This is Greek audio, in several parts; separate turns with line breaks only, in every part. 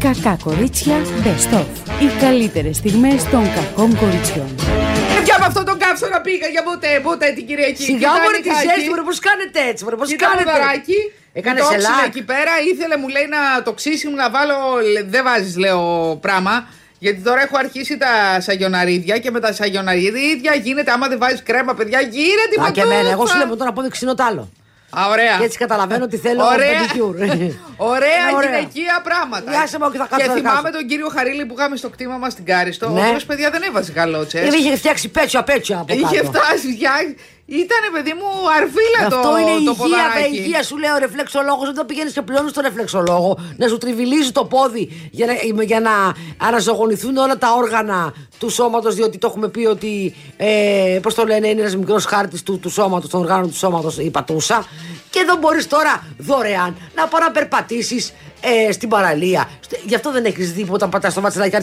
Κακά κορίτσια Best of. Οι καλύτερες στιγμές των κακών κοριτσιών.
Παιδιά με αυτόν τον καύσωνα πήγα για ποτέ, ποτέ την Κυριακή.
Σιγά
Κοιτάω
μπορεί τι
λιγάκι,
έρθει, μπορεί πώς κάνετε έτσι, μπορεί πώ
κοιτάω
κάνετε.
λιγάκι,
Έκανες
το όξινα
ελάκ.
εκεί πέρα, ήθελε μου λέει να το ξύσι μου να βάλω, λε- δεν βάζεις λέω πράγμα. Γιατί τώρα έχω αρχίσει τα σαγιοναρίδια και με τα σαγιοναρίδια γίνεται, άμα δεν βάζεις κρέμα, παιδιά, γίνεται η
Α, και εμένα. Εγώ σου
πατούσα.
λέω από τώρα από δεξινό τ' άλλο.
Α, ωραία.
Και έτσι καταλαβαίνω ότι θέλω
Ωραία.
pedicure.
Ωραία,
Ωραία.
γυναικεία πράγματα.
Γεια σε, μα, και θα κάτσω να
θυμάμαι
κάτσω.
τον κύριο Χαρίλη που είχαμε στο κτήμα μας στην Κάριστο.
Ναι.
Ο οποίος παιδιά δεν έβαζε γαλότσες.
Γιατί είχε φτιάξει πέτσια πέτσια από Ε, κάτω.
Είχε φτάσει, για... ήταν παιδί μου αρβίλα το,
Αυτό είναι
το
υγεία,
ποδαράκι.
με υγεία σου λέει ο ρεφλεξολόγο. Όταν πηγαίνεις και πληρώνεις τον ρεφλεξολόγο, να σου τριβιλίζει το πόδι για να, για να αναζωογονηθούν όλα τα όργανα του σώματος. Διότι το έχουμε πει ότι, ε, πώς το λένε, είναι ένας μικρός χάρτης του, του σώματος, των οργάνων του σώματος, η πατούσα. Και δεν μπορείς τώρα δωρεάν να πάω να περπατήσεις ε, στην παραλία. Στε- Γι' αυτό δεν έχεις δει που όταν πατάς το μάτι και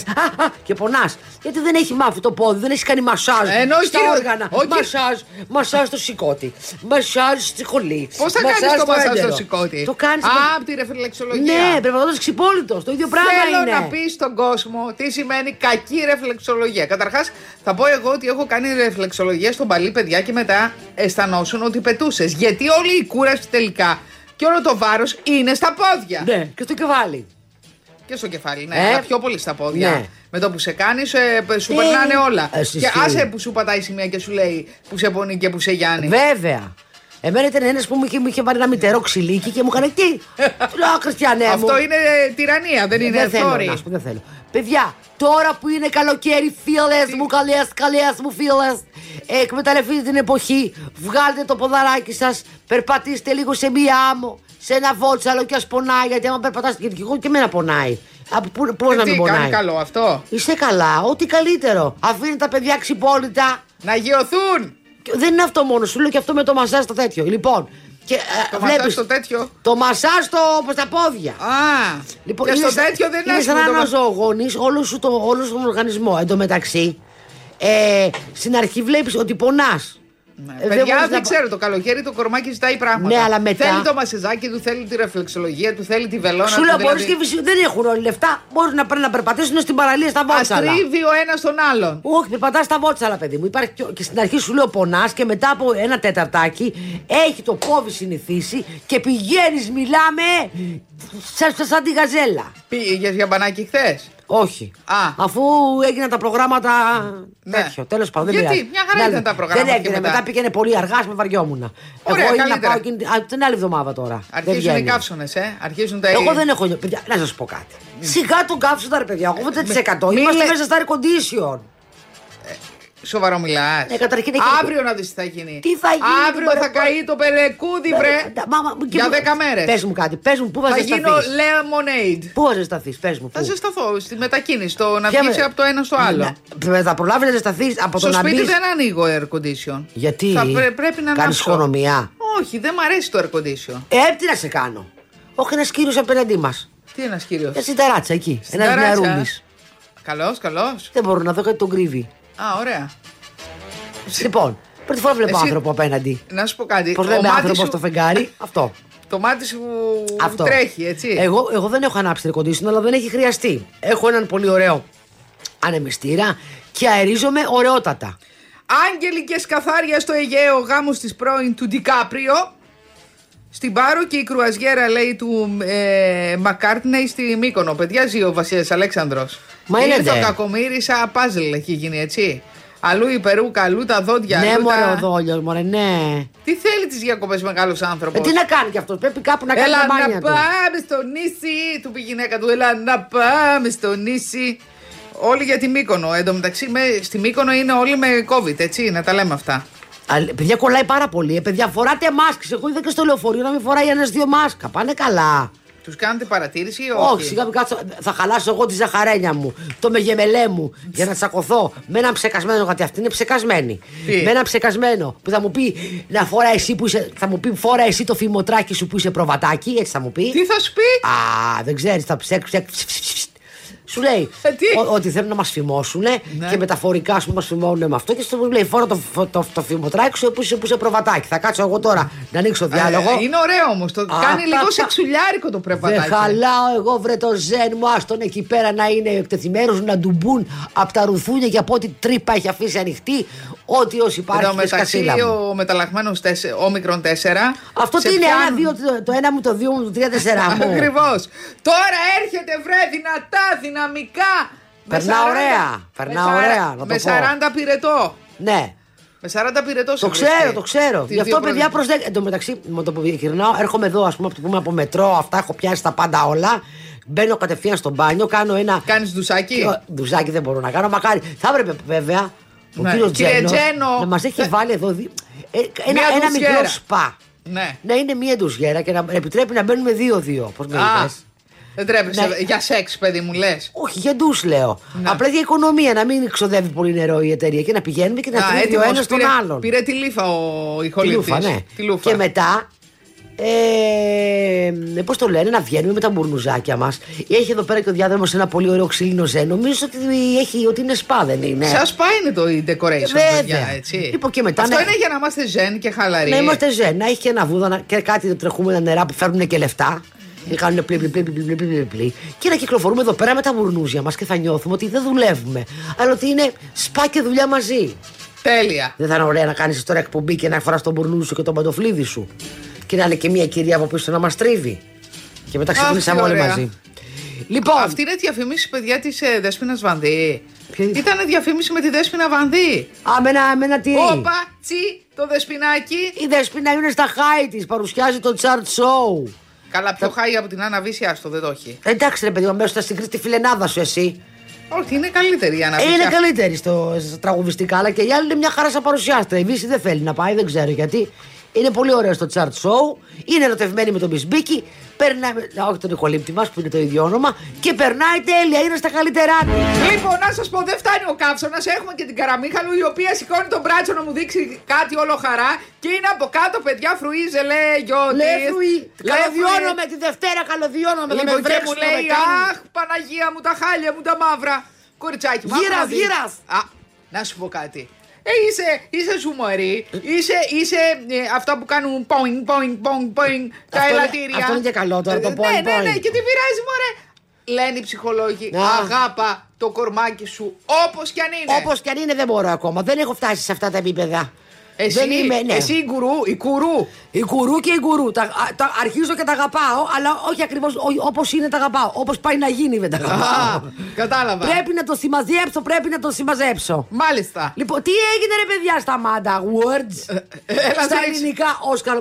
και πονάς. Γιατί δεν έχει μάθει το πόδι, δεν έχεις κάνει μασάζ
Ενώ ο
στα
κύριος-
όργανα.
ο κύριος-
Μασάζ, μασάζ στο σηκώτη. Μασάζ στη χολή.
Πώς θα
Μασάζ
κάνεις το
στο
μασάζ στο
έντερο.
σηκώτη.
Το κάνεις.
Α, από τη ρεφλεξολογία.
Ναι, περπατώντας ξυπόλυτος. Το ίδιο πράγμα
Θέλω
είναι.
να πεις στον κόσμο τι σημαίνει κακή ρεφλεξολογία. Καταρχάς, θα πω εγώ ότι έχω κάνει ρεφλεξολογία στον παλί παιδιά και μετά αισθανόσουν ότι πετούσες. Γιατί όλη η κούραση τελικά και όλο το βάρος είναι στα πόδια.
Ναι, και στο κεφάλι.
Και στο κεφάλι, ναι.
Ε.
αλλά πιο πολύ στα πόδια.
Ναι.
Με το που σε κάνεις, σου
Ε,
περνάνε όλα.
ε, εσύ
και
εσύ.
άσε που σου πατάει σημεία και σου λέει που σε πονεί και που σε γιάνει.
Βέβαια. Εμένα ήταν ένας που μου είχε, μου είχε βάλει ένα μητερό ξυλίκι και μου έκανε τι. Του λέω, «Α, Χριστιανέ μου. Ε,
Αυτό είναι τυραννία, δεν είναι
δεν θέλω,
θόρυ. Ε,
να σου πω, δεν θέλω. Παιδιά, τώρα που είναι καλοκαίρι, φίλες μου, καλές, καλές μου φίλες, εκμεταλλευτείτε την εποχή. Βγάλτε το ποδαράκι σας, περπατήστε λίγο σε μία άμμο, σε ένα βότσαλο και ας πονάει. Γιατί άμα περπατάς και εγώ και εμένα πονάει. Πώ
Και
να
τι, κάνει
μην πονάει.
καλό αυτό.
Είστε καλά, ό,τι καλύτερο. Αφήνει τα παιδιά ξυπόλυτα.
Να γεωθούν.
Και Δεν είναι αυτό μόνο, σου λέω και αυτό με το μασάζ το τέτοιο. Λοιπόν, και, ε,
Το
βλέπεις-
ματάς στο τέτοιο.
Το μασάζ το, στα πόδια. Λοιπόν,
Α, και στο
σαν-
τέτοιο δεν
είναι
άσχημο
σαν να
το μα-
αναζωογονείς όλος σου, το, όλος σου τον οργανισμό. Εν τω μεταξύ, ε, στην αρχή βλέπεις ότι πονάς.
Ναι,
Ε,
Παιδιά,
μπορείς
δεν,
να πα-
ξέρω, το καλοκαίρι το κορμάκι ζητάει πράγματα.
Ναι, αλλά μετά-
Θέλει το μασεζάκι του, θέλει τη ρεφλεξολογία του, θέλει τη βελόνα
Σου
του.
λέω, μπορείς
δηλαδή.
και φυσι- δεν έχουν όλοι λεφτά. Μπορούν να, πάνε να περπατήσουν στην παραλία στα
Ας
βότσαλα.
τρίβει ο ένας τον άλλον.
Όχι, περπατάς στα βότσαλα, παιδί μου. Υπάρχει και... και στην αρχή σου λέω πονάς και μετά από ένα τεταρτάκι έχει το πόδι συνηθίσει και πηγαίνεις, μιλάμε, σαν, σαν- σαν τη γαζέλα.
Πήγε για μπανάκι χθες.
Όχι.
Α.
Αφού έγιναν τα προγράμματα.
Ναι.
Τέτοιο, τέλος πάντων. δεν
Γιατί,
πειράζει.
μια χαρά
Ναι,
ήταν τα προγράμματα
Δεν
και
έγινε.
μετά.
Μετά πήγαινε πολύ αργά, με βαριόμουν.
Ωραία,
Εγώ να
καλύτερα.
πάω εκείνη... Α, την άλλη εβδομάδα τώρα.
Αρχίζουν οι
βγαίνει.
καύσονε, ε. Αρχίζουν τα
Εγώ δεν έχω. νιώ- Παιδιά, να σας πω κάτι.
Ναι.
Σιγά τον κάψοντα, ρε
Ε,
παιδιά. 80%
μη
είμαστε
λε-
μέσα στα air condition.
Σοβαρό μιλάς.
Ναι, καταρχήν έχει-
Αύριο να δεις τι θα γίνει.
Τι θα γίνει,
Αύριο
μωρέ,
θα
πα-
καεί το πελεκούδι, βρε.
ναι, Τα- μα- μα- και
Για
μου-
10 μέρες.
Πες μου κάτι, πες μου, πού θα
Θα
ζεσταθείς.
γίνω lemonade.
Πού θα ζεσταθείς, πες μου.
Θα
πού.
ζεσταθώ στη μετακίνηση, το να
Ποια
βγεις
με-
από το ένα στο άλλο.
Ναι, θα προλάβεις να ζεσταθείς από
Στο
το να
σπίτι
μπεις.
δεν ανοίγω air condition.
Γιατί
Θα πρέ- πρέπει να
κάνεις
ανάψω.
οικονομία.
Όχι, δεν μ' αρέσει το air condition.
Ε, τι να σε κάνω. Όχι ένας κύριος απέναντί μας.
Τι ένας κύριος.
Μια συνταράτσα εκεί. Ένας νεαρούλης.
Καλός, καλός.
Δεν μπορώ να δω κάτι τον κρύβει.
Α, ωραία.
Λοιπόν, πρώτη φορά βλέπω
Εσύ-
άνθρωπο απέναντι.
Να σου πω κάτι.
Πώ
το
λέμε
μάτι
άνθρωπο
σου-
στο φεγγάρι, αυτό.
Το μάτι σου
Αυτό. Ε,
τρέχει, έτσι.
Εγώ, εγώ δεν έχω ανάψει air condition, αλλά δεν έχει χρειαστεί. Έχω έναν πολύ ωραίο ανεμιστήρα και αερίζομαι ωραιότατα.
Άγγελικες καθάρια στο Αιγαίο, γάμος της πρώην του Ντικάπριο. Στην Πάρο και η κρουαζιέρα λέει του ε, Μακάρτνεϊ στη Μύκονο. Παιδιά ζει ο Βασίλης Αλέξανδρος.
Μα είναι
το
ντε.
κακομύρισα παζλ έχει γίνει έτσι. Αλλού η περούκα, αλλού τα δόντια.
ναι,
αλλού
μωρέ,
τα...
ο δόλιος, μωρέ, ναι.
Τι θέλει τις διακοπές μεγάλος άνθρωπος.
Ε, τι να κάνει κι αυτός, πρέπει κάπου να κάνει
Έλα
τα
να
μπάνια του.
πάμε στο νησί, του πει η γυναίκα του. Έλα να πάμε στο νησί. Όλοι για τη Μύκονο. Εν τω μεταξύ, με, στη Μύκονο είναι όλοι με COVID, έτσι, να τα λέμε αυτά.
Α, παιδιά κολλάει πάρα πολύ. Ε, παιδιά, φοράτε μάσκες. Εγώ είδα και στο λεωφορείο να μην φοράει ένα δύο μάσκα. Πάνε καλά.
Τους κάνετε παρατήρηση ή όχι.
Όχι, σιγά μην κάτσω. Θα χαλάσω εγώ τη ζαχαρένια μου, το μεγεμελέ μου, για να τσακωθώ με έναν ψεκασμένο, γιατί αυτή είναι ψεκασμένη.
Τι?
Με έναν ψεκασμένο που θα μου πει να φορά εσύ που είσαι. Θα μου πει φορά εσύ το φημοτράκι σου που είσαι προβατάκι, έτσι θα μου πει.
Τι θα σου πει.
Α, δεν ξέρεις, θα ψεκ, ψεκ, ψ, ψ, ψ, ψ. Σου λέει
Ε, τι?
ο- ότι θέλουν να μας φημώσουν
Ναι.
και μεταφορικά σου μα φημώνουν με αυτό. Και στο λέει φόρα το, το, το, το φημοτράξιο που είσαι που είσαι προβατάκι. Θα κάτσω εγώ τώρα να ανοίξω διάλογο.
Ε, είναι ωραίο όμως. Το
Α,
κάνει
τα-
λίγο
τα-
σεξουλιάρικο το
Δεν
πρεβατάκι.
χαλάω εγώ βρε το ζέν μου Άστον εκεί πέρα να είναι εκτεθειμένος Να του μπουν από τα ρουθούνια Και από ό,τι τρύπα έχει αφήσει ανοιχτή Ό,τι όσοι υπάρχει
Εδώ
και
μεταξύ
σκασίλα μου
ο μεταλλαγμένος όμικρον 4.
Αυτό τι είναι ένα, δύο, το- το ένα μου, το δύο μου, το τρία, τεσσερά μου
Ακριβώς. Τώρα έρχεται βρε δυνατά, δυναμικά. με
Περνά
40
ωραία, περνά
με 40
ωραία, να το
Με
πω.
40 πυρετό.
Ναι
Με 40 πυρετό.
το
σε βρίσκει.
ξέρω, το ξέρω.
Τι δύο
Γι' αυτό, παιδιά,
πρώτες-
προσδέκτε. Εν τω μεταξύ, μου το γυρνάω, έρχομαι εδώ, ας πούμε, από, το πούμε, από μετρό, αυτά έχω πιάσει τα πάντα όλα. Μπαίνω κατευθείαν στο μπάνιο, κάνω ένα.
Κάνεις ντουσάκι?
Ε, Ντουζάκι δεν μπορώ να κάνω, μακάρι. Θα έπρεπε βέβαια ο
Ναι.
κύριος
Κύριε
Τζένος
Τζένο,
να μας έχει
ε,
βάλει εδώ δι- ε, ένα,
μια
ένα
ντουζιέρα.
μικρό σπα.
Ναι.
Να είναι μία ντουζιέρα και να επιτρέπει να μπαίνουμε δύο-δύο. Πώ με
Α,
είπες.
δεν τρέπεσαι.
Ναι.
Για σεξ, παιδί μου, λες.
Όχι, για ντους λέω.
Ναι.
Απλά για οικονομία, να μην ξοδεύει πολύ νερό η εταιρεία και να πηγαίνουμε και να τρίβει ο ένας τον άλλον.
Πήρε τη λίφα ο
Τη
ηχολήπτη.
λούφα, ναι. Και μετά. Ε, Πώς το λένε, να βγαίνουμε με τα μπουρνουζάκια μας. Έχει εδώ πέρα και ο διάδρομος ένα πολύ ωραίο ξύλινο ζέ. Νομίζω ότι, έχει, ότι είναι σπα, δεν είναι.
Σα πάει είναι το η decoration,
ναι. Βέβαια.
παιδιά, έτσι.
Λοιπόν, και μετά
Αυτό
να-
είναι για να είμαστε ζεν και χαλαροί.
Να είμαστε ζέ, να έχει και ένα βούδα να- και κάτι να τρεχούμε τα νερά που φέρνουν και λεφτά. Ε, Και κάνουν πλή, πλή, πλή, πλή, πλή, πλή, πλή, πλή. Και να κυκλοφορούμε εδώ πέρα με τα μπουρνούζια μας και θα νιώθουμε ότι δεν δουλεύουμε. Αλλά ότι είναι σπα και δουλειά μαζί.
Τέλεια.
Δεν θα είναι ωραία να κάνεις τώρα εκπομπή και να φοράς τον μπουρνού σου και τον παντοφλίδι σου. Και να είναι και μια κυρία από πίσω να μας τρίβει. Και μετά
Αχ,
ξυπνήσαμε
τι
όλοι
ωραία.
μαζί. Λοιπόν,
Αυτή είναι διαφήμιση, παιδιά, της ε, Δέσποινα Βανδύ.
Ποια είναι?
Ήταν διαφήμιση με τη Δέσποινα Βανδύ.
α, με ένα, με ένα τι.
Όπα, τσι, το δεσπινάκι.
Η Δεσπίνα είναι στα χάη της, παρουσιάζει το chart show.
Καλά, πιο χάει από την Άννα Βύση, άστο, δεν το έχει.
Εντάξει, ρε παιδί μου, αμέσω θα συγκρίσει τη φιλενάδα σου εσύ.
Όχι, είναι καλύτερη η Άννα
Ε,
Βύση.
είναι
Αυτή-
καλύτερη στο, στα τραγουδιστικά, αλλά και η άλλη είναι μια χαρά σαν παρουσιάστρια. Η Βύση δεν θέλει να πάει, δεν ξέρω γιατί. Είναι πολύ ωραία στο chart show. Είναι ερωτευμένη με τον Μπισμπίκη. Περνάει. α, Όχι τον Νικολύπτη μας που είναι το ίδιο όνομα. Και περνάει τέλεια. Είναι στα καλύτερά τη.
Λοιπόν, να σας πω, δεν φτάνει ο καύσωνα. Έχουμε και την Καραμίχαλου, η οποία σηκώνει τον μπράτσο να μου δείξει κάτι όλο χαρά. Και είναι από κάτω, παιδιά, φρουίζε, λέει γιώτης.
Λεφρουή. Καλωδιώνομαι
Λεφρουή.
τη Δευτέρα, καλωδιώνομαι. θα με
Λοιπόν, και μου
βρέξουν, θα με
λέει,
κάνουν.
Αχ, Παναγία μου, τα χάλια μου, τα μαύρα. Κοριτσάκι, μου,
Γύρας,
άκου να δεις.
γύρας.
Α, να σου πω κάτι. Ε, είσαι, είσαι ζουμαρή, είσαι, είσαι ε, αυτά που κάνουν πόινγκ, πόινγκ, πόινγκ, πόινγκ, τα
Αυτό είναι-
ελαττήρια.
αυτό είναι και καλό τώρα, το
Ε,
πόινγκ,
Ναι, ναι, ναι,
πόινγκ.
και τι πειράζει, μωρέ. Λένε οι ψυχολόγοι,
Α.
αγάπα το κορμάκι σου όπως κι αν είναι.
Όπως και αν είναι, δεν μπορώ ακόμα. Δεν έχω φτάσει σε αυτά τα επίπεδα.
Εσύ,
δεν είμαι, ναι.
εσύ η γκουρού, η κουρού.
Η κουρού και η γκουρού. Τα, α, τα αρχίζω και τα αγαπάω, αλλά όχι ακριβώς όπως είναι τα αγαπάω. Όπως πάει να γίνει δεν τα
Α,
αγαπάω.
κατάλαβα.
Πρέπει να το συμμαζέψω, πρέπει να το συμμαζέψω.
Μάλιστα.
Λοιπόν, τι έγινε ρε παιδιά στα Μάντα Awards.
ε, έλα,
στα
δείξε.
ελληνικά, Όσκαρ.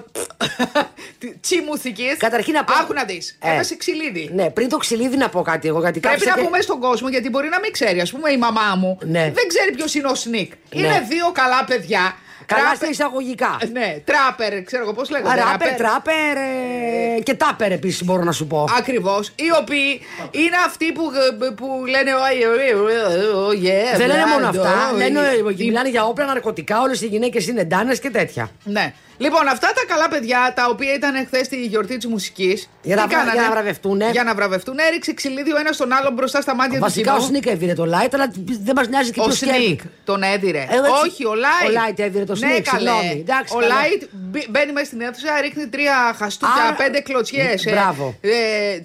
Τι μουθική.
Καταρχήν να πω.
Άκου να δει.
Ε.
Έπεσε ξυλίδι.
Ναι, πριν το ξυλίδι να πω κάτι εγώ. Γιατί
Πρέπει
κάψα
να
και-
πούμε στον κόσμο γιατί μπορεί να μην ξέρει. Α πούμε, η μαμά μου
Ναι.
δεν ξέρει ποιο είναι ο Σνικ. Είναι δύο καλά παιδιά.
Καλά
Τράπε-
στα εισαγωγικά.
Ναι, τράπερ, ξέρω εγώ πώ λέγονται.
Ράπερ, τράπερ ε, και τάπερ επίση μπορώ να σου πω.
Ακριβώ. Οι οποίοι είναι αυτοί που, ε, που λένε. «Ωι, ωι, ωι, ωι, yeah,
Δεν λένε μόνο
μπράβο,
αυτά.
ωι».
Λένε, ε, μιλάνε για όπλα, ναρκωτικά, όλε οι γυναίκε είναι ντάνε και τέτοια.
Ναι. Λοιπόν, αυτά τα καλά παιδιά τα οποία ήταν εχθέ στη γιορτή τη μουσική.
Για να βρα- για να βραβευτούνε.
Για να βραβευτούν. Έριξε ξυλίδι ο ένα τον άλλον μπροστά στα μάτια του.
Βασικά ο
κοινού.
Σνίκ έδινε το light, αλλά δεν μα νοιάζει και
Ε, Ο
ποιο
Σνίκ τον έδιρε.
Ε, έτσι.
Όχι, ο Λάιτ.
Ο Light έδιρε το
Ναι,
Sneak,
καλέ.
συγγνώμη. Εντάξει,
ο
καλά.
Λάιτ μπ- μπαίνει μέσα στην αίθουσα, ρίχνει τρία χαστούκια,
Άρα-
πέντε κλωτσιέ.
Μπράβο.
Ε, ε,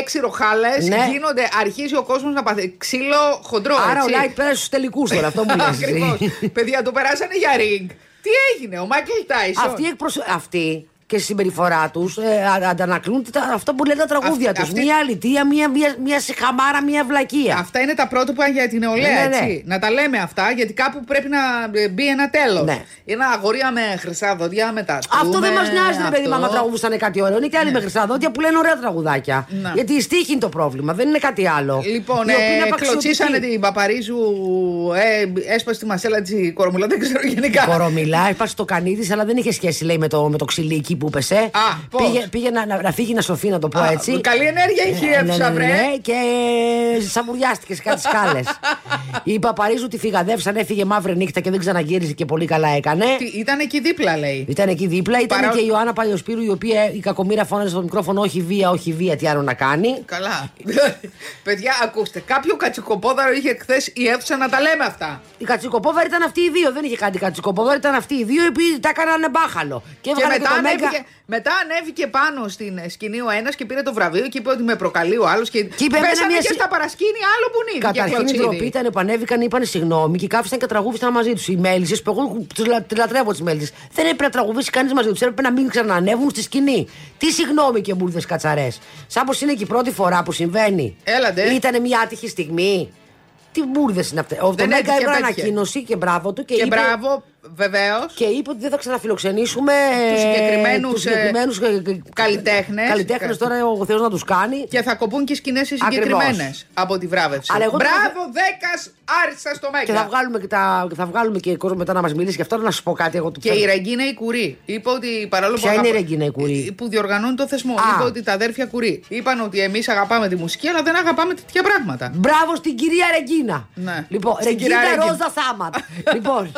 έξι ροχάλες.
Ναι.
Γίνονται, αρχίζει ο κόσμος να παθεί. Ξύλο χοντρό.
Άρα ο
ε, έτσι.
Light πέρασε στους τελικούς τώρα, αυτό μου ε.
Ακριβώς.
λέει.
Παιδιά, το περάσανε για ρίγκ. Τι έγινε, ο Μάικλ Τάισον.
Αυτοί, εκπροσω... αυτοί και στη συμπεριφορά τους ε, αν- αντανακλούν τα, αυτά που λένε τα τραγούδια
Αυτ-
του.
αυτοί-
Μία αλητία, μία, μία, μία συχαμάρα, μία βλακεία.
Αυτά είναι τα πρώτα που είναι για την νεολαία,
Ναι, ναι,
έτσι.
ναι.
Να τα λέμε αυτά, γιατί κάπου πρέπει να ε, μπει ένα τέλος.
Ναι.
Ένα αγορία με χρυσά δοντιά μετά.
Αυτό δεν
Ναι,
μας νοιάζει, ρε παιδί μου, άμα τραγουδούσαν κάτι ωραίο. Είναι και άλλοι με χρυσά δόντια που λένε ωραία τραγουδάκια.
Ναι.
Γιατί η στίχη είναι το πρόβλημα, δεν είναι κάτι άλλο.
Λοιπόν,
Η οποία είναι
ε,
απαξιωτική.
κλωτσίσανε την Παπαρίζου, ε, έσπασε τη μασέλα της Κορομιλά, δεν ξέρω γενικά.
Κορομιλά, έπασε το κανί τη, αλλά δεν είχε σχέση, λέει, με το, με το ξυλίκι. που πέσε.
πώς.
Πήγε, πήγε να, να, να φύγει να σωθεί, να το πω
Α,
έτσι.
καλή ενέργεια έχει η
Ε, ναι,
Εύσα,
ναι,
βρε.
ναι, και σαμουριάστηκε σε κάτι σκάλες. Η Παπαρίζου τη φυγαδεύσαν, έφυγε μαύρη νύχτα και δεν ξαναγύριζε και πολύ καλά έκανε.
Ήταν εκεί δίπλα, λέει.
Ήταν εκεί δίπλα. Ήταν
Παρά-
και η Ιωάννα Παλιοσπύρου, η οποία η κακομήρα φώναζε στο μικρόφωνο: Όχι βία, όχι βία, τι άλλο να κάνει.
Καλά. Παιδιά, ακούστε. Κάποιο κατσικοπόδαρο είχε χθες η Εύσα να τα λέμε αυτά.
Η Κατσικοπόβαρη ήταν αυτοί οι δύο. Δεν είχε κάτι Κατσικοπόβαρη, ήταν αυτοί οι δύο οι οποίοι τα έκαναν μπάχαλο. Και
Και
Ε, έβγαλε και,
μετά
το Μέγκα.
ανέβηκε, μετά ανέβηκε πάνω στην σκηνή ο ένας και πήρε το βραβείο και είπε ότι με προκαλεί ο άλλος. Και,
Και είπε,
πέσανε
«Έμενα μια
και
συ-
στα παρασκήνια άλλο που είναι.
Καταρχήν η ντροπή ήταν που ανέβηκαν, είπαν συγγνώμη και κάφησαν και τραγούδισαν μαζί τους. Οι μέλισσες που εγώ τους λατρεύω τις μέλισσες. Δεν έπρεπε να τραγουδήσει κανείς μαζί τους. Έπρεπε να μην ξανανεύουν στη σκηνή. Τι συγγνώμη και μπουρδες κατσαρές. Σαν πως είναι και η πρώτη φορά που συμβαίνει.
Έλατε.
Ήταν μια άτυχη στιγμή. Τι μπουρδες είναι αυτές. Ο
Δεν
Μέγκα
έτυχε,
έβγαλε
πέτυχε.
ανακοίνωση και μπράβο του και,
Και
είπε,
μπράβο, βεβαίως.
και είπε ότι δεν θα ξαναφιλοξενήσουμε ε,
Τους συγκεκριμένους,
τους συγκεκριμένους,
ε,
ε, ε,
καλλιτέχνες.
Καλλιτέχνες τώρα ο Θεός να τους κάνει.
Και θα κοπούν και οι σκηνές οι
Ακριβώς.
συγκεκριμένες από τη βράβευση.
Αλλά εγώ τώρα-
Μπράβο, δέκας άρισα στο Μέγκα.
Και θα βγάλουμε και, τα, θα βγάλουμε και κόσμο μετά να μας μιλήσει. Γι' αυτό να σου πω κάτι. Εγώ του
Και η Ρεγκίνα η Κουρή. Είπε ότι παρόλο που.
Ποια είναι η Ρεγκίνα η Κουρή?
Που διοργανώνει το θεσμό.
Α.
Είπε ότι τα αδέρφια Κουρή. Είπαν ότι εμείς αγαπάμε τη μουσική, αλλά δεν αγαπάμε τέτοια πράγματα.
Μπράβο στην κυρία Ρεγκίνα.
Ναι.
Λοιπόν,
Στην
Ρεγκίνα
κυρία Ρεγκίνα.
Ρόζα Σάματ. λοιπόν,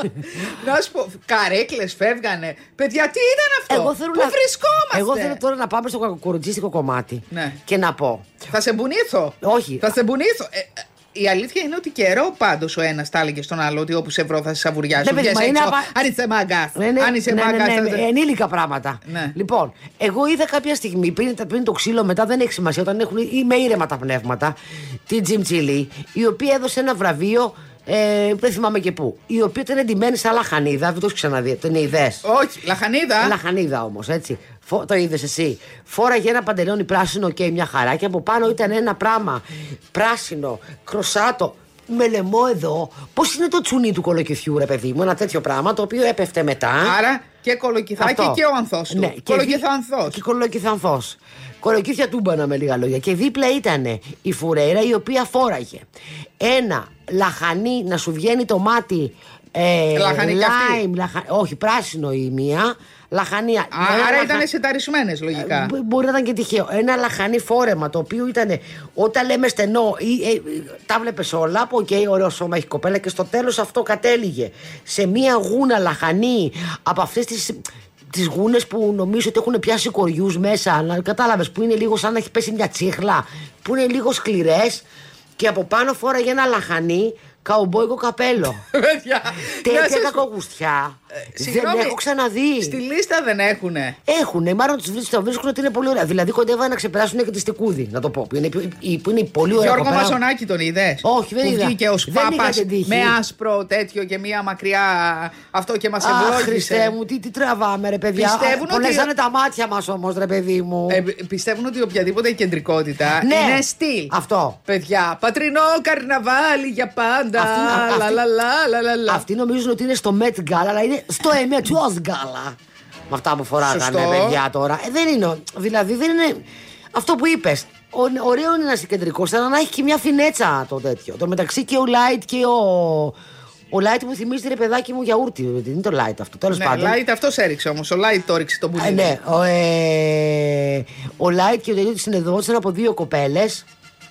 Να σου πω, καρέκλες φεύγανε. Παιδιά, τι ήταν αυτό.
εγώ θέλω
Πού
να.
βρισκόμαστε.
Εγώ θέλω τώρα να πάμε στο κακοκουρουτσίστικο κομμάτι.
Ναι.
Και να πω.
Θα σε μπουνήθω.
Όχι.
Θα σε μπουνήθω. Ε, ε, η αλήθεια είναι ότι καιρό πάντως ο ένας τα έλεγε στον άλλο ότι όπου σε βρω θα σε σαβουριάσω.
Ναι, παιδί,
Βγες
μα είναι
έξω.
απα-
Αν είσαι μάγκα.
Ναι, ναι,
Αν είσαι
ναι, ναι,
μάγκας,
ναι,
θα-
ναι, ενήλικα πράγματα.
Ναι.
Λοιπόν, εγώ είδα κάποια στιγμή πριν, τα- πριν το ξύλο, μετά δεν έχει σημασία, όταν έχουν είμαι ήρεμα τα πνεύματα, την Τζιμτσιλή, η οποία έδωσε ένα βραβείο. Ε, δεν θυμάμαι και πού. Η οποία ήταν εντυμένη σαν λαχανίδα, δεν το έχεις ξαναδεί, το είναι ιδέες.
Όχι, λαχανίδα.
Λαχανίδα όμως, έτσι. Φω, το είδες εσύ. Φόραγε ένα παντελόνι πράσινο και μια χαρά και από πάνω ήταν ένα πράγμα πράσινο, κροσάτο, με λαιμό εδώ. Πώς είναι το τσουνί του κολοκυθιού, ρε παιδί μου, ένα τέτοιο πράγμα το οποίο έπεφτε μετά.
Άρα και κολοκυθάκι
Αυτό.
και ο ανθός του.
Ναι,
Ναι,
και
Κολοκυθανθό.
δι- Και κολοκυθανθό. Κολοκύθια τούμπανα με λίγα λόγια. Και δίπλα ήταν η φουρέιρα η οποία φόραγε ένα λαχανί να σου βγαίνει το μάτι. Ε,
Λαχανί κι αυτή.
lime, λαχα- όχι, πράσινο η μία. Λαχανία.
Άρα ήταν σεταρισμένες λογικά.
Μπορεί να ήταν και τυχαίο. Ένα λαχανί φόρεμα το οποίο ήταν όταν λέμε στενό, ή, ε, ε, τα βλέπεις όλα. Από οκ, ωραίο σώμα έχει η κοπέλα και στο τέλος αυτό κατέληγε σε μία γούνα λαχανί από αυτές τις. Τις γούνες που νομίζω ότι έχουν πιάσει κοριούς μέσα, να κατάλαβες που είναι λίγο σαν να έχει πέσει μια τσίχλα, που είναι λίγο σκληρές και από πάνω φόραγε ένα λαχανί καουμπόικο καπέλο.
Παιδιά, να
Τέτοια
σας πω. Ε,
κακογουστιά.
Συγγνώμη,
Δεν έχω ξαναδεί.
Στη λίστα δεν έχουνε.
Έχουνε, μάλλον τους βρίσκουν, βρίσκουν ότι είναι πολύ ωραία. Δηλαδή κοντεύανε να ξεπεράσουν και τη Στικούδη, να το πω. Που είναι, η- η- που είναι η πολύ ωραία.
Γιώργο
κοπέλα.
Μασονάκη τον είδες.
Όχι, δεν
που
είδα.
Βγήκε ως
Δεν
πάπα
είχα την τύχη.
με άσπρο τέτοιο και μία μακριά αυτό και μας
Αχ, Χριστέ
ευλόγησε.
μου, τι, τι τραβάμε, ρε παιδιά.
Πιστεύουν ότι-
Πολλέσανε τα μάτια μας όμως, ρε παιδί μου.
Ε, πιστεύουν ότι οποιαδήποτε κεντρικότητα
Ναι.
είναι στυλ.
Αυτό.
Παιδιά, πατρινό καρναβάλι για πάντα.
Αυτή- α-
λα,
αυτή-
λα, λα, λα, λα, λα.
Αυτοί νομίζουν ότι είναι στο Met Gala, αλλά είναι στο Met Gala. Με αυτά που φοράγανε,
Σωστό.
παιδιά τώρα. Ε, δεν είναι. Δηλαδή δεν είναι. Αυτό που είπες. Ωραίο είναι να είσαι κεντρικός, αλλά να έχει και μια φινέτσα το τέτοιο. Το μεταξύ και ο Light και ο. Ο Light μου θυμίζει ρε παιδάκι μου γιαούρτι. Δεν είναι το Light αυτό, τέλος
Ναι,
πάντων.
Light αυτός έριξε όμως. Ο Light το έριξε τον
Ε,
πουλί.
ναι, ο, ε, ο Light και ο Τελειώτη συνεδρόντουσαν από δύο κοπέλες.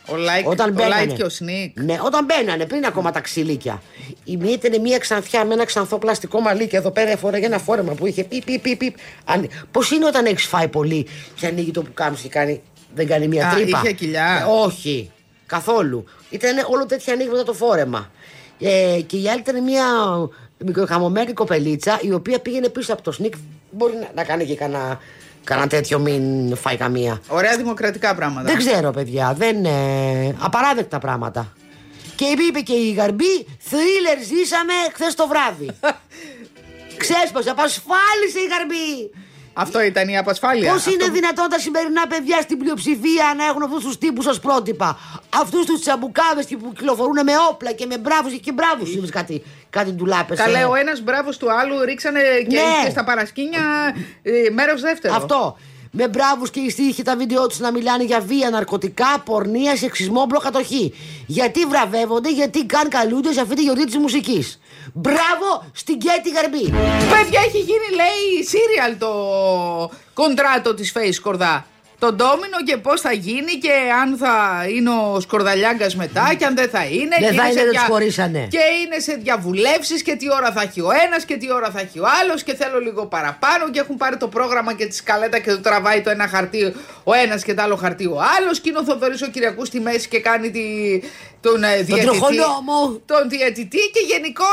Ο Light,
Όταν
ο
μπαίνανε.
Light και ο Sneak.
Ναι, όταν μπαίνανε, πριν ακόμα τα ξυλίκια. Η μία ήταν μια ξανθιά με ένα ξανθό πλαστικό μαλλί και εδώ πέρα φοράγε ένα φόρεμα που είχε πιπ, πιπ, πιπ. πιπ. Αν... Πώς είναι όταν έχεις φάει πολύ και ανοίγει το πουκάμισι και κάνει, δεν κάνει μία
Α,
τρύπα.
είχε κοιλιά.
Ε, όχι, καθόλου. Ήταν όλο τέτοια ανοίγματα το φόρεμα. Ε, και η άλλη ήταν μια μικροχαμωμένη κοπελίτσα η οποία πήγαινε πίσω από το σνικ. Μπορεί να, να κάνει και κανένα, κανένα τέτοιο, μην φάει καμία.
Ωραία δημοκρατικά πράγματα.
Δεν ξέρω, παιδιά. Δεν, ε, απαράδεκτα πράγματα. Και είπε, είπε και η Γαρμπή, θρίλερ ζήσαμε χθες το βράδυ. Ξέσπασε, απασφάλισε η Γαρμπή.
Αυτό ήταν η απασφάλεια.
Πώς είναι δυνατόν τα σημερινά παιδιά στην πλειοψηφία να έχουν αυτούς τους τύπους ως πρότυπα. Αυτούς τους τσαμπουκάβε που κυκλοφορούν με όπλα και με μπράβους και μπράβους. Είπες κάτι, κάτι ντουλάπες.
Καλέ,
ε.
ο ένας μπράβος του άλλου ρίξανε και,
Ναι.
και στα παρασκήνια ε, μέρος δεύτερο.
Αυτό. με μπράβους και οι στίχοι τα βίντεο τους να μιλάνε για βία, ναρκωτικά, πορνεία, σεξισμό, μπλοκατοχή. Γιατί βραβεύονται, γιατί καν καλούνται σε αυτή τη γιορτή της μουσικής. Μπράβο στην Κέτη Γαρμπή.
Παιδιά, έχει γίνει, λέει, σύριαλ το κοντράτο της Face Κορδά. Το ντόμινο και πώς θα γίνει και αν θα είναι ο Σκορδαλιάγκας μετά και αν δεν θα είναι.
Δεν
και
θα είναι,
σε
δεν τους χωρίσανε.
Και είναι σε διαβουλεύσεις και τι ώρα θα έχει ο ένας και τι ώρα θα έχει ο άλλος και θέλω λίγο παραπάνω και έχουν πάρει το πρόγραμμα και τη σκαλέτα και το τραβάει το ένα χαρτί ο ένας και το άλλο χαρτί ο άλλος. Και είναι ο Θοδωρής ο Κυριακούς στη μέση και κάνει τη, τον, ε, διαιτητή,
τροχονόμο.
τον διαιτητή και γενικώς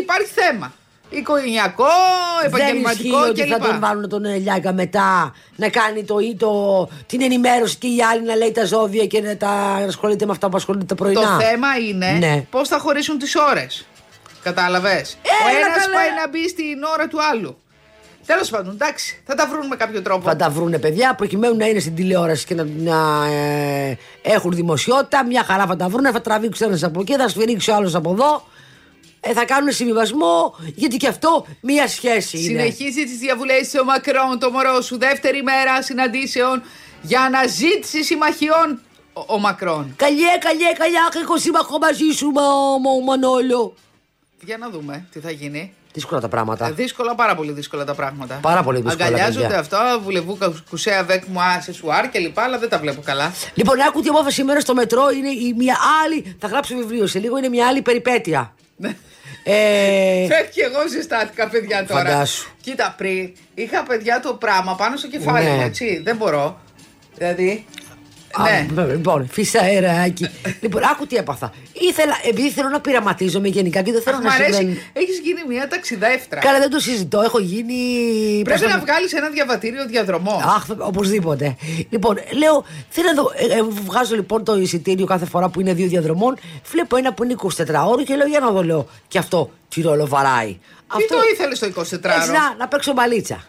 υπάρχει θέμα. Οικογενειακό,
Δεν
επαγγελματικό
ισχύει ότι
κλπ.
θα τον βάλουν τον Ελιάγκα μετά να κάνει το, ή το, την ενημέρωση και οι άλλοι να λέει τα ζώδια και να τα ασχολείται με αυτά που ασχολείται τα πρωινά.
Το θέμα είναι
Ναι.
πώς θα χωρίσουν τις ώρες. Κατάλαβες. Ο
Ε, Έλα,
ένας
καλέ.
πάει να μπει στην ώρα του άλλου. Τέλος πάντων, εντάξει, θα τα βρουν με κάποιο τρόπο.
Θα τα βρούνε παιδιά προκειμένου να είναι στην τηλεόραση και να, να, ε, έχουν δημοσιότητα. Μια χαρά θα τα βρούνε, θα τραβήξει ένας από εκεί, θα σφυρίξει ο άλλος από εδώ. Ε, θα κάνουν συμβιβασμό γιατί και αυτό μία σχέση είναι.
Συνεχίζει τις διαβουλεύσεις ο Μακρόν, το μωρό σου. Δεύτερη μέρα συναντήσεων για αναζήτηση συμμαχιών. Ο, ο Μακρόν.
Καλιέ, καλιέ, καλιά, έχω σύμμαχο μαζί σου, μα, μα, Μανόλο.
Για να δούμε τι θα γίνει.
Δύσκολα τα
Ε,
πράγματα.
Δύσκολα, πάρα πολύ δύσκολα τα πράγματα.
Πάρα πολύ δύσκολα,
Αγκαλιάζονται
παιδιά.
αυτά, βουλευού Καου- Κουσέα Βέκ μου, άσε σουάρ και λοιπά, αλλά δεν τα βλέπω καλά.
Λοιπόν, άκου τι απόφαση σήμερα στο μετρό είναι η- μια άλλη. Θα γράψω βιβλίο σε λίγο, είναι μια άλλη περιπέτεια. ε,
Φεύγει εγώ ζεστάθηκα, παιδιά τώρα.
Φαντάσου.
Κοίτα, πριν είχα παιδιά το πράγμα πάνω στο κεφάλι
Ναι.
μου, έτσι. Δεν μπορώ. Δηλαδή.
α,
ναι.
β- Λοιπόν, φύσα αεράκι. λοιπόν, άκου τι έπαθα. Ήθελα, επειδή θέλω να πειραματίζομαι γενικά και δεν θέλω
Αχ, Μ'
να συμβαίνει.
αρέσει. Έχεις γίνει μια ταξιδεύτρα.
Καλά, δεν το συζητώ. Έχω γίνει. πώς
Πρέπει
το
να
λένε,
βγάλεις ένα διαβατήριο διαδρομό.
Αχ, οπωσδήποτε. Λοιπόν, λέω, θέλω να δω. ε, ε, βγάζω λοιπόν το εισιτήριο κάθε φορά που είναι δύο διαδρομών. Βλέπω ένα που είναι 24 ώρο και λέω, για να δω, λέω. Και αυτό τι ρόλο βαράει.
Τι το ήθελες το 24ωρο.
Έτσι, να, να παίξω μπαλίτσα.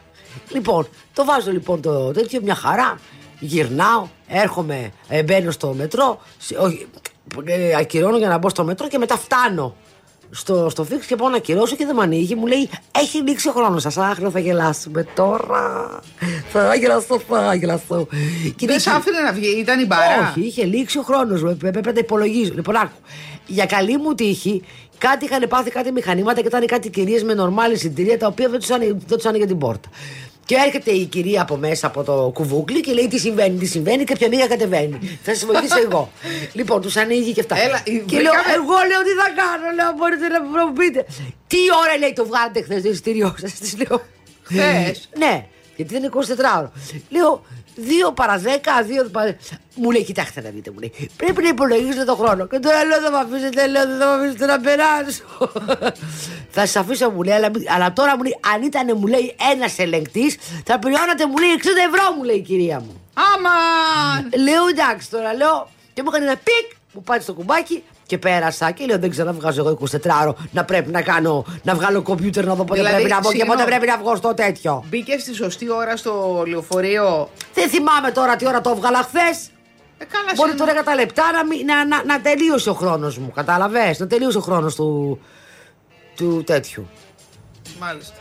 Λοιπόν, το βάζω λοιπόν το τέτοιο, μια χαρά. Γυρνάω, έρχομαι, ε, μπαίνω στο μετρό. σε- όχι, ε, ακυρώνω για να μπω στο μετρό και μετά φτάνω στο, στο φίξ και πάω να ακυρώσω και δεν με ανοίγει. Μου λέει: Έχει λήξει ο χρόνος σας. Άχρηνα, θα γελάσουμε τώρα. Θα γελαστώ, θα γελαστώ. Και
Δεν σ' άφηνε να βγει, ήταν η μπαρά.
όχι, είχε λήξει ο χρόνος μου. Πρέπει να τα υπολογίζω. Λοιπόν, άκου. Για καλή μου τύχη, κάτι είχαν πάθει κάτι μηχανήματα και ήταν κάτι κυρίες με νορμάλη εισιτήρια τα οποία δεν τους άνοιγε, δεν τους άνοιγε την πόρτα. Και έρχεται η κυρία από μέσα από το κουβούκλι και λέει: Τι συμβαίνει, τι συμβαίνει, και ποια μία κατεβαίνει. Θα σας βοηθήσω εγώ. λοιπόν, τους ανοίγει και αυτά.
Έλα,
και
βρήκαμε-
λέω: «Ε, Εγώ λέω τι θα κάνω, λέω: Μπορείτε να μου πείτε. Τι ώρα λέει το βγάλετε χθες το εισιτήριό σας, της λέω.
Χθες.
Ναι, γιατί δεν είναι 24ωρο. Λέω 2 παρα 10, 2 παρα. Μου λέει, κοιτάξτε να δείτε, μου λέει. Πρέπει να υπολογίζετε το χρόνο. Και τώρα λέω, δεν με αφήσετε, λέω, δεν με αφήσετε να περάσω. θα σας αφήσω, μου λέει, αλλά, μη- αλλά τώρα μου λέει, αν ήταν, μου λέει, ένας ελεγκτής, θα πληρώνατε, μου λέει, 60 ευρώ, μου λέει η κυρία μου.
Αμαν!
Λέω εντάξει τώρα, λέω. Και μου έκανε ένα πικ, μου πάτησε το κουμπάκι και πέρασα. Και λέω δεν ξαναβγάζω εγώ 24ωρο να πρέπει να κάνω, να βγάλω κομπιούτερ να δω πότε
Δηλαδή,
πρέπει να βγω και
συγγνώμη.
πότε πρέπει να βγω στο τέτοιο.
Μπήκε στη σωστή ώρα στο λεωφορείο.
Δεν θυμάμαι τώρα τι ώρα το έβγαλα χθες.
Ε, καλά,
Μπορεί
σε-
τώρα κατά λεπτά να, μη- να, να, να τελείωσε ο χρόνος μου. Κατάλαβες. Να τελείωσε ο χρόνος του, του τέτοιου.
Μάλιστα.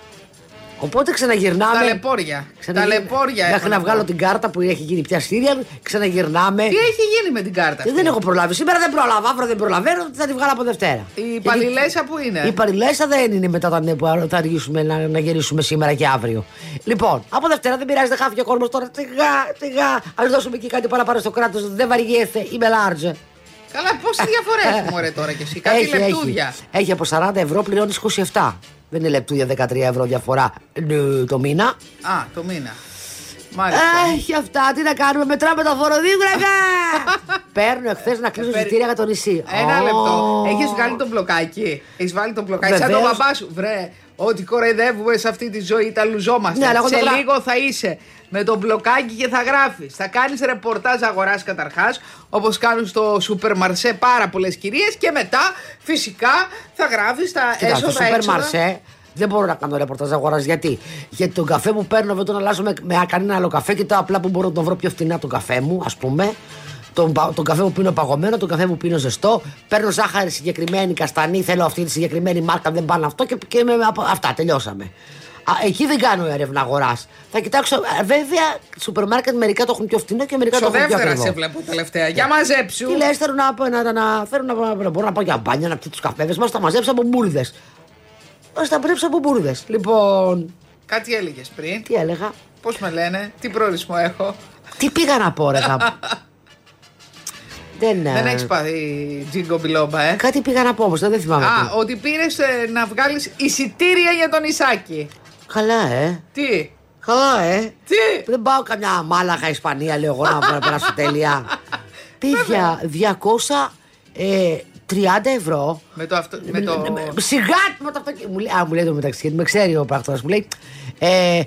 Οπότε ξαναγυρνάμε.
Ταλαιπώρια.
Ξαναγυρι-
Ταλαιπώρια.
Μέχρι
έχουμε
να βγάλω
τώρα.
την κάρτα που έχει γίνει πια σύριαλ, ξαναγυρνάμε.
Τι έχει γίνει με την κάρτα.
Ε,
αυτή?
Δεν έχω προλάβει. Σήμερα δεν προλάβα. Αύριο δεν προλαβαίνω. Θα τη βγάλω από Δευτέρα.
Η
Γιατί-
Παλιλέσα που είναι.
Η παρηλέσα δεν είναι μετά τα νέα που άλλο θα αργήσουμε να, να γυρίσουμε σήμερα και αύριο. Λοιπόν, από Δευτέρα δεν πειράζει, δεν χάφηκε ο κόσμος τώρα. Τιγά, τιγά. Ας δώσουμε και κάτι παραπάνω στο κράτος. Δεν βαριέστε, είμαι large.
Καλά, πόσες διαφορές έχουμε ρε τώρα κι εσύ. Κάτι λεπτούδια.
Έχει, έχει από 40 ευρώ πληρώνεις 27. Δεν είναι λεπτούδια 13 ευρώ διαφορά νου, το μήνα.
Α, το μήνα. Μάλιστα.
Έχει αυτά, τι να κάνουμε, μετράμε τα φοροδίγραφα! Παίρνω εχθές να κλείσω
Ε, περι-
εισιτήρια για το νησί.
Ένα
Ω.
λεπτό. Έχεις βγάλει το μπλοκάκι. Έχεις βάλει το μπλοκάκι. Σαν το
Βεβαίως.
μπαμπά σου. Βρε, ό,τι κοροϊδεύουμε σε αυτή τη ζωή, τα λουζόμαστε.
Ναι, αλλά εγώ
σε
το γρα-
λίγο θα είσαι με το μπλοκάκι και θα γράφεις. Θα κάνεις ρεπορτάζ αγοράς καταρχάς, όπως κάνουν στο σούπερ μαρσέ πάρα πολλές κυρίες. Και μετά, φυσικά, θα γράφεις τα
Κοίτα, στο
έσοδα
σούπερ
έξοδα.
μαρσέ δεν μπορώ να κάνω ρεπορτάζ αγοράς. Γιατί? Γιατί τον καφέ που παίρνω δεν τον αλλάζω με, με κανένα άλλο καφέ. Κοιτάω απλά που μπορώ να τον βρω πιο φθηνά τον καφέ μου, ας πούμε. Τον, πα- τον καφέ που πίνω παγωμένο, τον καφέ που πίνω ζεστό. Παίρνω ζάχαρη συγκεκριμένη, καστανή. Θέλω αυτή τη συγκεκριμένη μάρκα, δεν πάνε αυτό και, και με, απο- αυτά τελειώσαμε. Α, εκεί δεν κάνω έρευνα αγοράς. Θα κοιτάξω. ε, Βέβαια, σούπερ μάρκετ μερικά το έχουν πιο φθηνό και μερικά το έχουν πιο
Ξοδεύτερα
ακριβό.
σε βλέπω τελευταία. Για μαζέψου.
Ναι. Τι λες, θέλω να, πάω- να, να, θέλω να, να, μπορώ να πάω για μπάνια, να πιω τους καφέδες μας, τα μαζέψω από μπουρδες. Μα τα μαζέψω από μπουρδες. Λοιπόν,
Κάτι έλεγες πριν.
τι έλεγα.
Πώς με λένε, τι προορισμό έχω.
Τι πήγα να πω, ρε θα... Δεν, ε,
Δεν έχεις πάθει τζίγκο μπιλόμπα, ε.
Κάτι πήγα να πω όμως, δεν θυμάμαι.
Α,
τι.
ότι πήρες να βγάλεις εισιτήρια για τον Ισάκη.
Καλά, ε.
Τι,
Καλά, ε.
τι.
Δεν πάω καμιά μάλαχα Ισπανία, λέω εγώ, να πάω να περάσω τέλεια. Πήγα 230 ευρώ.
Με το αυτό. Με το...
Σιγά Ε, με το αυτοκίνητο. Μου λέει, α, μου λέει το μεταξύ, γιατί με ξέρει ο πράκτορας. Μου λέει, ε,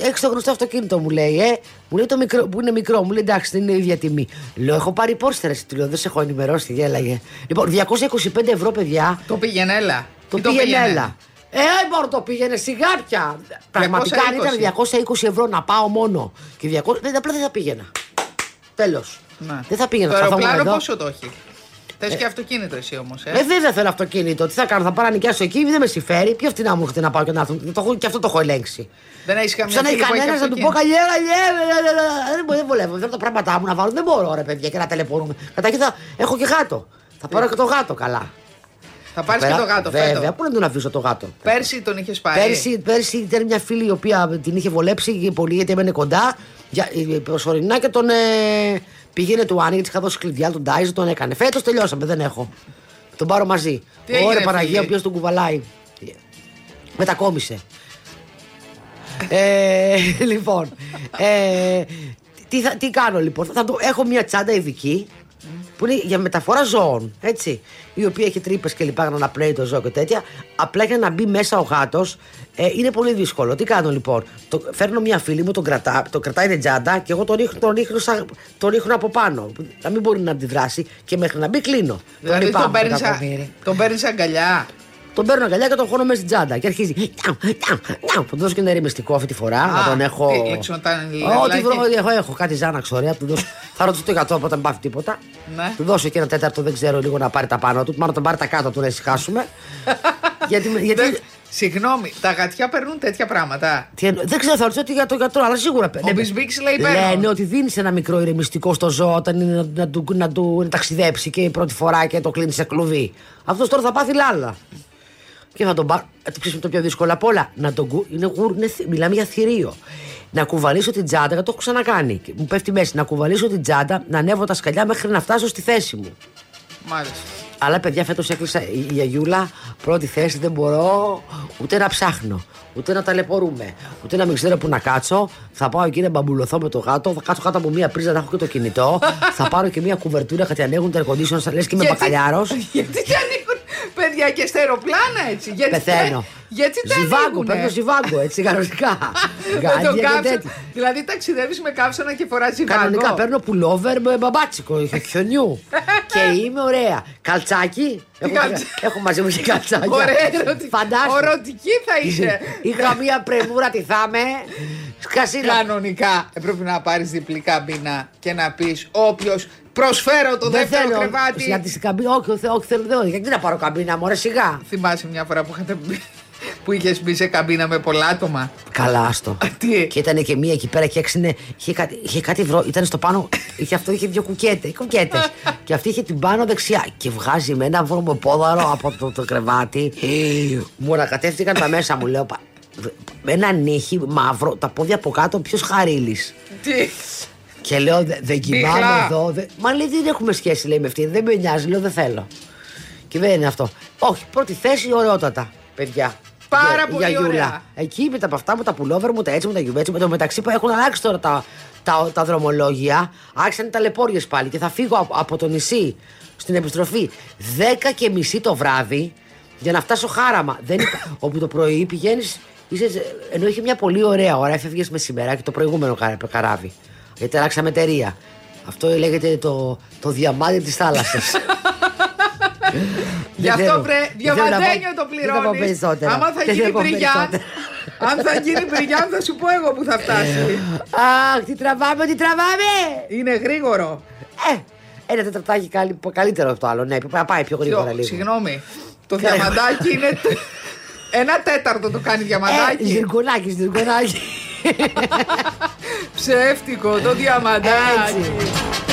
έχεις το γνωστό αυτοκίνητο, μου λέει, ε. Μου λέει το μικρό, που είναι μικρό, μου λέει εντάξει, δεν είναι η ίδια τιμή. Λέω, έχω πάρει πόρστερα, του λέω, δεν σε έχω ενημερώσει, γέλαγε. Λοιπόν, 225 ευρώ, παιδιά,
Το πήγαινε, έλα.
το
Ή
πήγαινε, έλα. Ε, δεν μπορώ να το πήγαινε σιγά πια. Πραγματικά αν
220.
ήταν 220 ευρώ να πάω μόνο. Και 200, δεν, απλά δεν θα πήγαινα. Τέλος.
Ναι.
Δεν θα πήγαινα.
Το
θα καθόμουν
αεροπλάνο
εδώ.
πόσο το έχει. Θες και αυτοκίνητο εσύ όμως, ε.
Ε, βέβαια θέλω αυτοκίνητο. Τι θα κάνω, θα πάω να νοικιάσω εκεί, δεν με συμφέρει. Πιο φθηνά μου έρχεται να πάω και να έρθω. Το έχω- Και αυτό το έχω ελέγξει.
Δεν έχεις καμία
Σαν να έχει
φίλη που έχει
κανένας να του πω
αυτοκίνητο.
καλιέρα, Ε, Δεν μπο- Δεν βολεύω. Θέλω τα πράγματά μου να βάλω. Δεν μπορώ, ρε παιδιά, και να τηλεφωνούμε. Καταρχήν θα έχω και γάτο. Θα πάρω και το γάτο καλά.
Θα πάρεις και
Πέρα-
το γάτο
Βέβαια,
φέτο.
πού να τον αφήσω το γάτο.
Πέρσι τον είχες πάρει.
Πέρσι, πέρσι ήταν μια φίλη η οποία την είχε βολέψει και πολύ γιατί έμενε κοντά για, ε, προσωρινά και τον ε, πήγαινε του άνοιγε, τη είχα δώσει κλειδιά, τον τάιζε, τον έκανε. Φέτος τελειώσαμε, δεν έχω. Τον πάρω μαζί.
Τι έγινε,
Ωραία Παναγία,
φίλε?
ο οποίος τον κουβαλάει. Μετακόμισε. ε, λοιπόν. Ε, τι, θα, τι κάνω λοιπόν. Θα του, έχω μια τσάντα ειδική που είναι για μεταφορά ζώων. Έτσι. Η οποία έχει τρύπες και λοιπά να αναπνέει το ζώο και τέτοια. Απλά για να μπει μέσα ο γάτος ε, είναι πολύ δύσκολο. Τι κάνω λοιπόν. Το, φέρνω μια φίλη μου, τον κρατά, το κρατάει την τσάντα και εγώ τον ρίχνω, τον ρίχνω, σαν- τον ρίχνω από πάνω. Να μην μπορεί να αντιδράσει και μέχρι να μπει κλείνω.
Δηλαδή
λυπάμαι,
τον παίρνει
κακομοίρη.
τον παίρνεις αγκαλιά.
Τον παίρνω αγκαλιά και τον χώνω μέσα στην τσάντα. Και αρχίζει. «Νιάου, νιάου, νιάου». Θα του δώσω και ένα ρημιστικό αυτή τη φορά.
Α, ε,
να τον έχω.
τι, λεξιματάκι,
Ω, Ό,τι βρω,
λαλάκι.
έχω, έχω κάτι ζάναξ ωραία. του δώσω- θα ρωτήσω το 100 όταν πάθει τίποτα.
Ναι.
Του δώσω και ένα τέταρτο, δεν ξέρω λίγο να πάρει τα πάνω του. Μάλλον τον πάρει τα κάτω του να ησυχάσουμε. γιατί. με- γιατί Ναι,
Δεν- Συγγνώμη, τα γατιά παίρνουν τέτοια πράγματα.
τι εννο- δεν ξέρω, θα ρωτήσω τι για το γιατρό, αλλά σίγουρα
Ο Μπισμπίξ λέει παίρνω.
ναι, Λένε ότι δίνεις ένα μικρό ηρεμιστικό στο ζώο όταν είναι να, να του, να του ταξιδέψει και η πρώτη φορά και το κλείνεις σε κλουβί. Αυτός τώρα θα πάθει λάλα. Και θα τον πάρω. Ε, Το ξέρεις το πιο δύσκολο απ' όλα. Να τον κου... είναι γουρ- είναι θη- Μιλάμε για θηρίο. Να κουβαλήσω την τσάντα, γιατί το έχω ξανακάνει. και Μου πέφτει μέση. Να κουβαλήσω την τσάντα, να ανέβω τα σκαλιά μέχρι να φτάσω στη θέση μου.
Μάλιστα.
Αλλά παιδιά, φέτος έκλεισα η η γιαγιούλα πρώτη θέση. Δεν μπορώ ούτε να ψάχνω, ούτε να ταλαιπωρούμε, ούτε να μην ξέρω πού να κάτσω. Θα πάω εκεί να μπαμπουλωθώ με το γάτο. Θα κάτσω κάτω από μία πρίζα να έχω και το κινητό. θα πάρω και μία κουβερτούρα γιατί ανοίγουν τα air conditioners. Λες και είμαι
Γιατί-
μπακαλιάρος.
Γιατί τα ανοίγουν παιδιά και στα αεροπλάνα έτσι. Γιατί τα-
Πεθαίνω.
Γιατί τα
Ζιβάγκο,
ανοίγουνε?
παίρνω ζιβάγκο έτσι κανονικά.
με
Γκάντια
τον
και
κάψα.
τέτοια.
Δηλαδή ταξιδεύεις με καύσωνα και φοράς ζιβάγκο.
Κανονικά παίρνω πουλόβερ με μπαμπάτσικο χι- χιονιού. και είμαι ωραία. Καλτσάκι. Έχω,
καλτσα-
έχω μαζί μου και καλτσάκι.
Ωραία, ερωτι-
Φαντάζομαι.
Ορωτική θα είσαι.
Είχα μία πρεμούρα τη θάμε. Σκασίλα.
Κανονικά Ε, πρέπει να πάρεις διπλή καμπίνα και να πεις όποιος προσφέρω το δεύτερο κρεβάτι.
Για τη καμπίνα. Όχι, όχι, όχι, θέλω. δεν- Γιατί να πάρω καμπίνα, μωρέ, σιγά.
Θυμάσαι μια φορά που, είχατε μπει- που είχες μπει σε καμπίνα με πολλά άτομα.
Καλά, άστο.
Τι?
Και ήταν και μία εκεί πέρα και έξινε. Είχε κάτι, είχε κάτι βρω. Ήταν στο πάνω. Είχε αυτό, είχε δύο κουκέτες. Κουκέτες. και αυτή είχε την πάνω δεξιά. Και βγάζει με ένα βρωμοπόδαρο από το, το κρεβάτι. μου ανακατεύτηκαν τα μέσα μου, λέω. «Πα- Με ένα νύχι μαύρο, τα πόδια από κάτω, ποιος χαρίλης.
Τι.
Και λέω, «Δε- δεν κοιμάμαι
Μιχλά.
εδώ. Δε... Μα λέει, δεν έχουμε σχέση, λέει με αυτή. Δεν με νοιάζει, λέω, δεν θέλω. Και δεν είναι αυτό. Όχι, πρώτη θέση, ωραιότατα, παιδιά.
Πάρα
Για-
πολύ
γιαγιούλα.
ωραία.
Εκεί μετά από αυτά μου, τα πουλόβερ μου, τα έτσι μου, τα γιουβέτσι μου. Εν τω μεταξύ που έχουν αλλάξει τώρα τα, τα, τα δρομολόγια. Άρχισαν οι ταλαιπώριες πάλι και θα φύγω από, από το νησί στην επιστροφή 10 και μισή το βράδυ για να φτάσω χάραμα. Δεν υπά- όπου το πρωί πηγαίνεις. ενώ είχε μια πολύ ωραία ώρα, έφευγες μεσημερά και το προηγούμενο καρα- καράβι. Γιατί αλλάξαμε εταιρεία. Αυτό λέγεται το, το διαμάντι της θάλασσας.
Γι' αυτό βρε, διαβαντένιο το
Δεν
πληρώνεις.
θα πω περισσότερα.
Άμα θα
Δεν θα
γίνει
πω
πριγιά,
περισσότερα.
αν θα γίνει πριγιά, θα σου πω εγώ που θα φτάσει.
Ε. Αχ, τι τραβάμε, τι τραβάμε!
Είναι γρήγορο.
Ε, ένα τεταρτάκι καλύ- καλύτερο από το άλλο. Ναι, πρέπει να πάει πιο γρήγορα
Ποιο-
λίγο.
Συγγνώμη. Το
Καλά.
διαμαντάκι είναι. Ένα τέταρτο το κάνει
Ε,
διαμαντάκι.
Ζυρκουνάκι, ζυρκουνάκι.
Ψεύτικο το διαμαντάκι.
Έτσι.